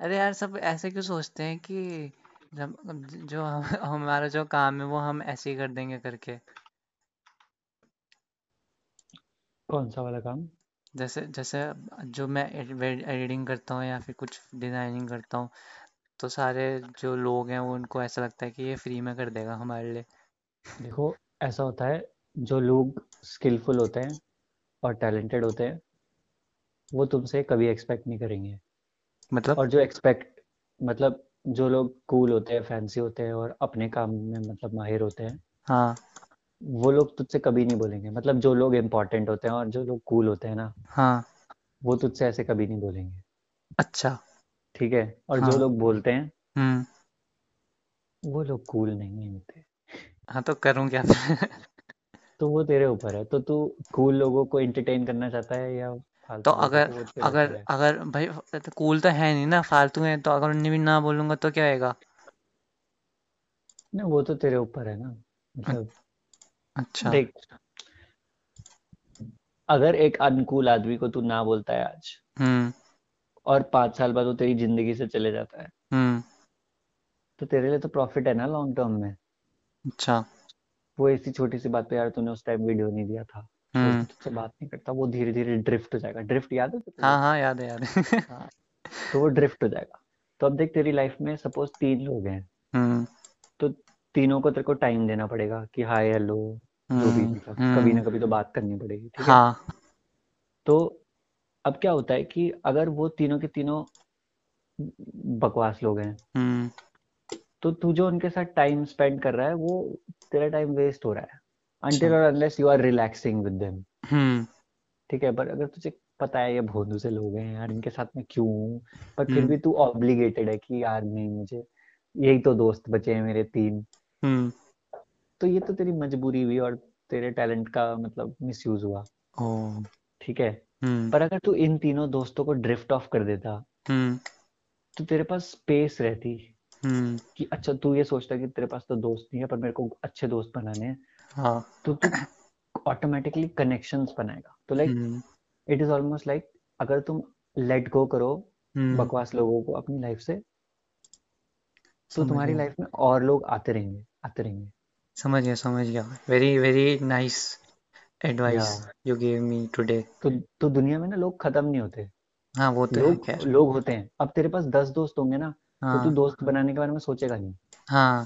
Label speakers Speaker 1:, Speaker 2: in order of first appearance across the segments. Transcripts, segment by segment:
Speaker 1: अरे यार सब ऐसे क्यों सोचते हैं कि जब जो हम, हमारा जो काम है वो हम ऐसे ही कर देंगे करके
Speaker 2: कौन सा वाला काम
Speaker 1: जैसे जैसे जो मैं एडिटिंग करता हूँ या फिर कुछ डिजाइनिंग करता हूँ तो सारे जो लोग हैं वो उनको ऐसा लगता है कि ये फ्री में कर देगा हमारे लिए
Speaker 2: देखो ऐसा होता है जो लोग स्किलफुल होते हैं और टैलेंटेड होते हैं वो तुमसे कभी एक्सपेक्ट नहीं करेंगे
Speaker 1: मतलब
Speaker 2: और जो एक्सपेक्ट मतलब जो लोग कूल होते हैं फैंसी होते हैं और अपने काम में मतलब माहिर होते हैं
Speaker 1: हाँ
Speaker 2: वो लोग तुझसे कभी नहीं बोलेंगे मतलब जो लोग इम्पोर्टेंट होते हैं और जो लोग कूल होते हैं ना
Speaker 1: हाँ
Speaker 2: वो तुझसे ऐसे कभी नहीं बोलेंगे
Speaker 1: अच्छा
Speaker 2: ठीक है और
Speaker 1: हाँ
Speaker 2: जो लोग बोलते हैं
Speaker 1: हम्म
Speaker 2: वो लोग कूल नहीं होते
Speaker 1: हाँ तो करूँ क्या फिर
Speaker 2: तो वो तेरे ऊपर है तो तू कूल लोगों को एंटरटेन करना चाहता है या
Speaker 1: तो
Speaker 2: फालतू लोगों
Speaker 1: अगर
Speaker 2: को वो तेरे
Speaker 1: अगर
Speaker 2: ऊपर है
Speaker 1: अगर भाई कूल तो है नहीं ना फालतू है तो अगर उन्हें भी ना बोलूंगा तो क्या होएगा
Speaker 2: नहीं वो तो तेरे ऊपर है ना
Speaker 1: अ-
Speaker 2: मतलब
Speaker 1: अच्छा
Speaker 2: देख अगर एक अनकूल आदमी को तू ना बोलता है आज
Speaker 1: हम्म
Speaker 2: और पांच साल बाद वो तेरी जिंदगी से चले जाता है
Speaker 1: हम्म
Speaker 2: तो तेरे लिए तो प्रॉफिट है ना लॉन्ग टर्म में
Speaker 1: अच्छा
Speaker 2: वो ऐसी छोटी सी बात पे यार तूने उस टाइम वीडियो नहीं दिया था वो
Speaker 1: हम्म
Speaker 2: तुझसे बात नहीं करता वो धीरे धीरे ड्रिफ्ट हो जाएगा ड्रिफ्ट याद है
Speaker 1: हाँ
Speaker 2: तुझे
Speaker 1: हाँ याद है याद है
Speaker 2: हाँ तो वो ड्रिफ्ट हो जाएगा तो अब देख तेरी लाइफ में सपोज तीन लोग हैं
Speaker 1: हम्म
Speaker 2: तो तीनों को तेरे को टाइम देना पड़ेगा कि हाय हेलो जो भी
Speaker 1: हम्म
Speaker 2: मतलब कभी
Speaker 1: हम्म
Speaker 2: ना कभी तो बात करनी पड़ेगी ठीक है
Speaker 1: हाँ
Speaker 2: तो अब क्या होता है कि अगर वो तीनों के तीनों बकवास लोग हैं
Speaker 1: हम्म
Speaker 2: तो तू जो उनके साथ टाइम स्पेंड कर रहा है वो तेरा टाइम वेस्ट हो रहा है
Speaker 1: अच्छा
Speaker 2: अनटिल और unless you are relaxing with them
Speaker 1: hmm
Speaker 2: ठीक है पर अगर तुझे पता है ये भोंदू से लोग हैं यार इनके साथ में क्यों हूँ पर फिर
Speaker 1: हम्म
Speaker 2: भी तू ऑब्लिगेटेड है कि यार नहीं मुझे यही तो दोस्त बचे हैं मेरे तीन
Speaker 1: हम्म
Speaker 2: तो ये तो तेरी मजबूरी हुई और तेरे टैलेंट का मतलब मिसयूज हुआ
Speaker 1: ओ
Speaker 2: ठीक है
Speaker 1: हम्म
Speaker 2: पर अगर तू इन तीनों दोस्तों को ड्रिफ्ट ऑफ कर देता
Speaker 1: हम्म
Speaker 2: तो तेरे पास स्पेस रहती
Speaker 1: हम्म
Speaker 2: कि अच्छा तू ये सोचता कि तेरे पास तो दोस्त नहीं है पर मेरे को अच्छे दोस्त बनाने हैं
Speaker 1: हाँ
Speaker 2: तो तू ऑटोमेटिकली कनेक्शंस बनाएगा तो like
Speaker 1: hmm
Speaker 2: it is almost like अगर तुम लेट गो करो
Speaker 1: हम्म
Speaker 2: बकवास लोगों को अपनी लाइफ से तो
Speaker 1: समझ
Speaker 2: तुम्हारी
Speaker 1: गया
Speaker 2: लाइफ में और लोग आते रहेंगे आते रहेंगे
Speaker 1: समझ गया समझ गया very very nice
Speaker 2: yeah
Speaker 1: advice you gave me today
Speaker 2: तो तो दुनिया में ना लोग खत्म नहीं होते
Speaker 1: हाँ वो तो है
Speaker 2: लोग
Speaker 1: खैर
Speaker 2: लोग होते हैं अब तेरे पास दस दोस्त होंगे ना तो तू
Speaker 1: हाँ
Speaker 2: दोस्त बनाने के बारे में सोचेगा नहीं
Speaker 1: हाँ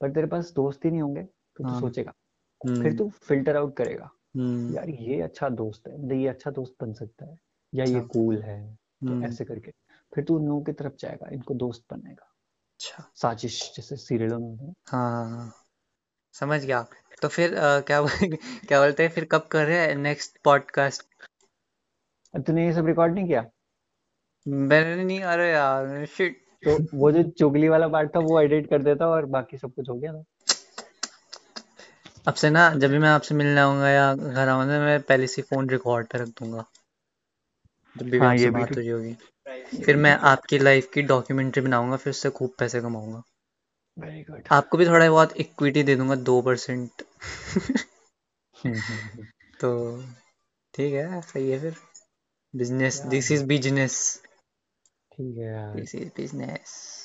Speaker 2: पर तेरे पास दोस्त ही नहीं होंगे तो तू
Speaker 1: हाँ
Speaker 2: सोचेगा फिर
Speaker 1: हम्म
Speaker 2: तू फिल्टर आउट करेगा
Speaker 1: हम्म
Speaker 2: यार ये अच्छा दोस्त है मतलब ये अच्छा दोस्त बन सकता है या ये
Speaker 1: अच्छा
Speaker 2: कूल है तो
Speaker 1: हम्म
Speaker 2: ऐसे करके फिर तू उन लोगों की तरफ जाएगा इनको दोस्त बनाएगा
Speaker 1: अच्छा
Speaker 2: साजिश जैसे सीरियलों में होता है
Speaker 1: हाँ हाँ हाँ, समझ गया तो फिर अ, क्या बोल- क्या बोलते हैं फिर कब कर रहे हैं नेक्स्ट पॉडकास्ट
Speaker 2: अब तूने ये सब रिकॉर्ड नहीं किया
Speaker 1: मैंने नहीं अरे यार शिट
Speaker 2: तो वो जो चुगली वाला पार्ट था वो एडिट कर देता और बाकी सब कुछ हो गया तो था
Speaker 1: अब से ना जब भी मैं आपसे मिलने आऊंगा या घर आऊंगा ना मैं पहले से फोन रिकॉर्ड पे रख दूंगा जब भी भी
Speaker 2: हाँ
Speaker 1: आपसे
Speaker 2: ये भी
Speaker 1: बात हो
Speaker 2: ठीक
Speaker 1: रही होगी
Speaker 2: ये
Speaker 1: फिर
Speaker 2: भी
Speaker 1: मैं
Speaker 2: ठीक है
Speaker 1: आपकी लाइफ की डॉक्यूमेंट्री बनाऊंगा फिर उससे खूब पैसे कमाऊंगा
Speaker 2: वेरी गुड
Speaker 1: आपको भी थोड़ा बहुत इक्विटी दे दूंगा दो परसेंट हम्म, तो ठीक है सही है फिर बिजनेस
Speaker 2: यार
Speaker 1: दिस इज बिजनेस
Speaker 2: ठीक है यार
Speaker 1: दिस इज बिजनेस